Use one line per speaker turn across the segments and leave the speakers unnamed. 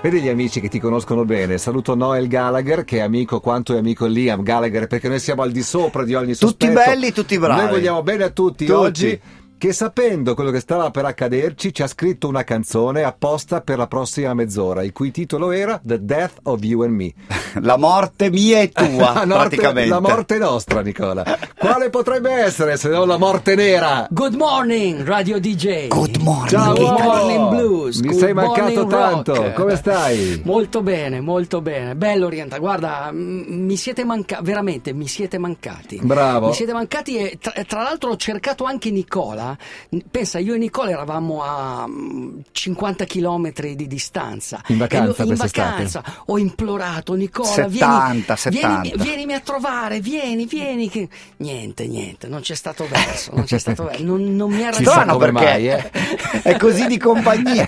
Vedi gli amici che ti conoscono bene. Saluto Noel Gallagher, che è amico quanto è amico Liam Gallagher, perché noi siamo al di sopra di ogni
Tutti
sospetto.
belli, tutti bravi.
Noi vogliamo bene a tutti,
Tutti.
oggi. Che sapendo quello che stava per accaderci, ci ha scritto una canzone apposta per la prossima mezz'ora, il cui titolo era The Death of You and Me.
La morte mia e tua,
la, morte,
praticamente.
la morte nostra, Nicola. Quale potrebbe essere se non la morte nera?
Good morning, Radio DJ.
Good morning.
Ciao,
Certo.
Good
uomo.
morning blues.
Mi
Good
sei mancato
morning
tanto.
rock.
Come stai?
Molto bene, molto bene. Bello Orienta, guarda, m- mi siete mancati, veramente, mi siete mancati.
Bravo.
Mi siete mancati e tra, tra l'altro ho cercato anche Nicola. N- Pensa, io e Nicola eravamo a mm, 50 km di distanza.
In vacanza
E lo- in
quest'estate?
vacanza ho implorato Nicola,
70,
vieni, vieni-
70.
vienimi a trovare, vieni, vieni. che- Niente, niente, non c'è stato verso, non c'è stato verso. Non, non mi ha
Chissà
Strano
come
perché
mai, eh.
è così di compagnia.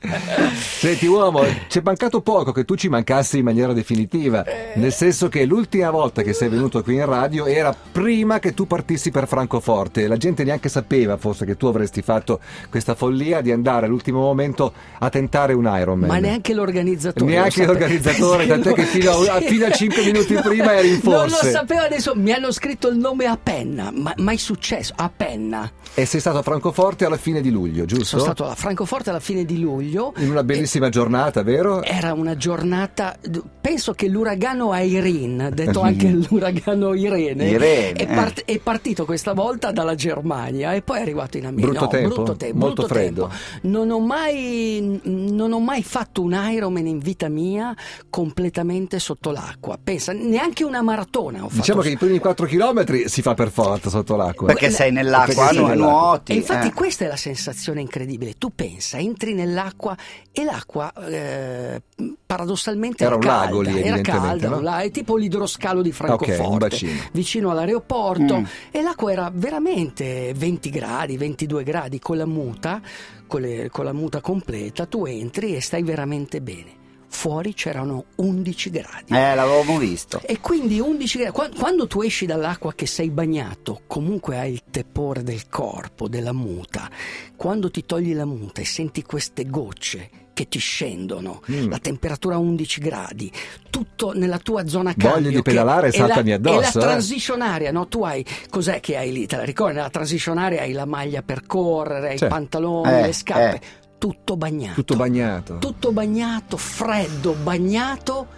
Senti uomo, c'è mancato poco che tu ci mancassi in maniera definitiva,
Eh.
nel senso che l'ultima volta che sei venuto qui in radio era prima che tu partissi per Francoforte, la gente neanche sapeva forse che tu avresti fatto questa follia di andare all'ultimo momento a tentare un Ironman.
Ma neanche l'organizzatore.
Neanche
lo sapeva.
l'organizzatore, tant'è che fino a-
Sì.
fino a cinque minuti prima eri in
Non lo
forse.
sapeva adesso, mi hanno scritto il nome a penna, ma mai successo, a penna.
E sei stato a Francoforte alla fine di luglio, giusto?
Sono stato Eh. a Francoforte alla fine di luglio.
In una bellissima giornata, vero?
Era una giornata, penso che l'uragano Irene, detto anche l'uragano Irene,
Irene,
eh.
è, part- è partito questa volta dalla Germania e poi è arrivato in America.
Brutto
No,
tempo,
brutto te-
molto
brutto
freddo.
tempo. Non ho, mai, non ho mai fatto un Ironman in vita mia completamente sotto l'acqua. Pensa, neanche una maratona ho fatto.
Diciamo che i primi 4 km si fa per forza sotto l'acqua.
Perché sei nell'acqua,
Perché sei
nu-
nell'acqua.
nuoti.
E infatti
eh.
questa è la sensazione incredibile. Tu pensa, entri nell'acqua e l'acqua eh, paradossalmente
Era
era,
un
calda,
lago lì,
era
evidentemente,
calda,
no?
un la- è tipo l'idroscalo di Francoforte,
un bacino.
vicino all'aeroporto
Mm.
e l'acqua era veramente 20 gradi, 22 gradi con la muta, con, le- con la muta completa, tu entri e stai veramente bene. Fuori c'erano 11 gradi.
Eh, l'avevamo visto.
E quindi 11 gradi. Qua- Quando tu esci dall'acqua che sei bagnato, comunque hai il tepore del corpo, della muta. Quando ti togli la muta e senti queste gocce che ti scendono,
Mm.
la temperatura a 11 gradi, tutto nella tua zona
Voglio
cambio.
di
che
pedalare,
è la-
saltami addosso,
È
eh.
la transition area, no? Tu hai, cos'è che hai lì? Te la ricordi? Nella transition area hai la maglia per correre, hai
Sì.
i pantaloni,
Eh,
le scarpe.
eh.
Tutto bagnato.
Tutto bagnato.
Tutto bagnato, freddo, bagnato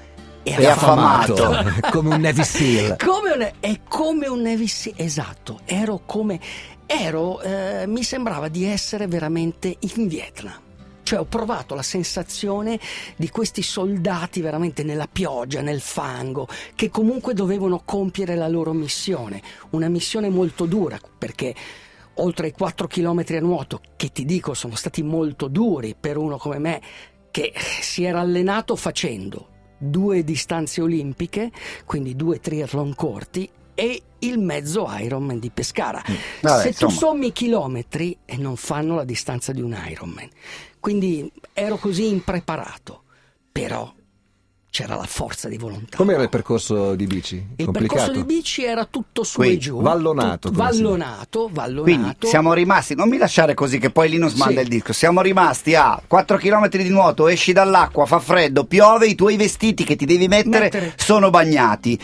e,
E affamato.
come un Navy Seal.
Come un, è come un Navy Seal, esatto, ero come, ero, eh, mi sembrava di essere veramente in Vietnam. Cioè ho provato la sensazione di questi soldati veramente nella pioggia, nel fango, che comunque dovevano compiere la loro missione, una missione molto dura perché oltre ai 4 km a nuoto, che ti dico sono stati molto duri per uno come me che si era allenato facendo due distanze olimpiche, quindi due triathlon corti e il mezzo Ironman di Pescara.
Vabbè,
Se tu
insomma.
sommi i chilometri e non fanno la distanza di un Ironman. Quindi ero così impreparato, però c'era la forza di volontà.
Com'era il percorso di bici?
Il
Complicato.
percorso di bici era tutto su
Quindi,
e giù.
vallonato,
tutto-
come si dice.
vallonato, vallonato.
Quindi siamo rimasti, non mi lasciare così che poi Linus manda
Sì.
il disco, siamo rimasti a 4 km di nuoto, esci dall'acqua, fa freddo, piove, i tuoi vestiti che ti devi mettere,
Mettere.
sono bagnati.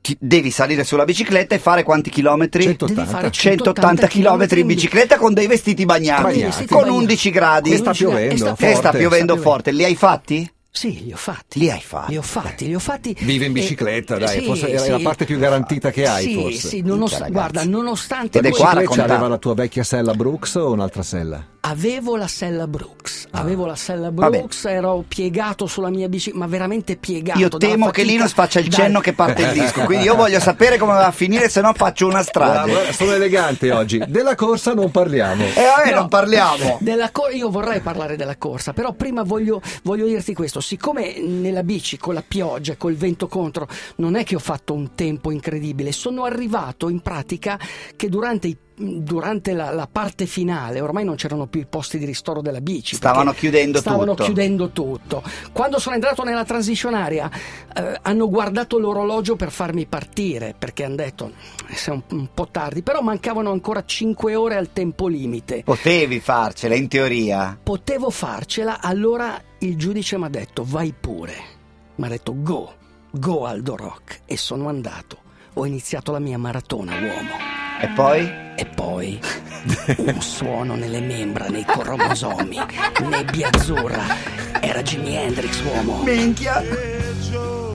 Ti- devi salire sulla bicicletta e fare quanti chilometri?
180.
Devi fare
180 km in bicicletta con dei vestiti bagnati,
Bagnati. Vestiti
con
bagnati.
11 gradi.
E sta piovendo,
E Eh, sta
forte.
piovendo forte, li hai fatti?
Sì, li ho fatti.
Li hai fatti.
Ah, Li ho fatti, li ho fatti.
Vive in
E-
bicicletta, dai,
sì,
forse è
sì.
la parte più garantita che hai,
Sì,
forse.
sì, nonost-
Minchia, ragazzi.
guarda, nonostante
Ed è
questo-
qua
Lei
raccontato.
c'aveva la tua vecchia sella Brooks o un'altra sella?
Avevo la sella Brooks,
Ah.
avevo la sella
Vabbè.
Brooks, ero piegato sulla mia bici, ma veramente piegato.
Io
dalla
temo che
fatica,
Linus faccia il
dal-
cenno che parte il disco, quindi io voglio sapere come va a finire, se no faccio una strage.
Guarda, eh, sono elegante oggi. Della corsa non parliamo.
E vabbè,
No.
Eh, non parliamo.
Della cor- io vorrei parlare della corsa, però prima voglio, voglio dirti questo: siccome nella bici con la pioggia, col vento contro, non è che ho fatto un tempo incredibile, sono arrivato in pratica che durante i durante la, la parte finale ormai non c'erano più i posti di ristoro della bici.
Stavano chiudendo
stavano
tutto.
chiudendo tutto. Quando sono entrato nella transition area eh, hanno guardato l'orologio per farmi partire perché hanno detto è un, un po' tardi, però mancavano ancora 5 ore al tempo limite.
Potevi farcela in teoria.
Potevo farcela, allora il giudice mi ha detto vai pure. Mi ha detto go, go Aldo Rock e sono andato. Ho iniziato la mia maratona uomo.
E poi?
E poi un suono nelle membra, nei cromosomi, nebbia azzurra. Era Jimi Hendrix, uomo.
Minchia!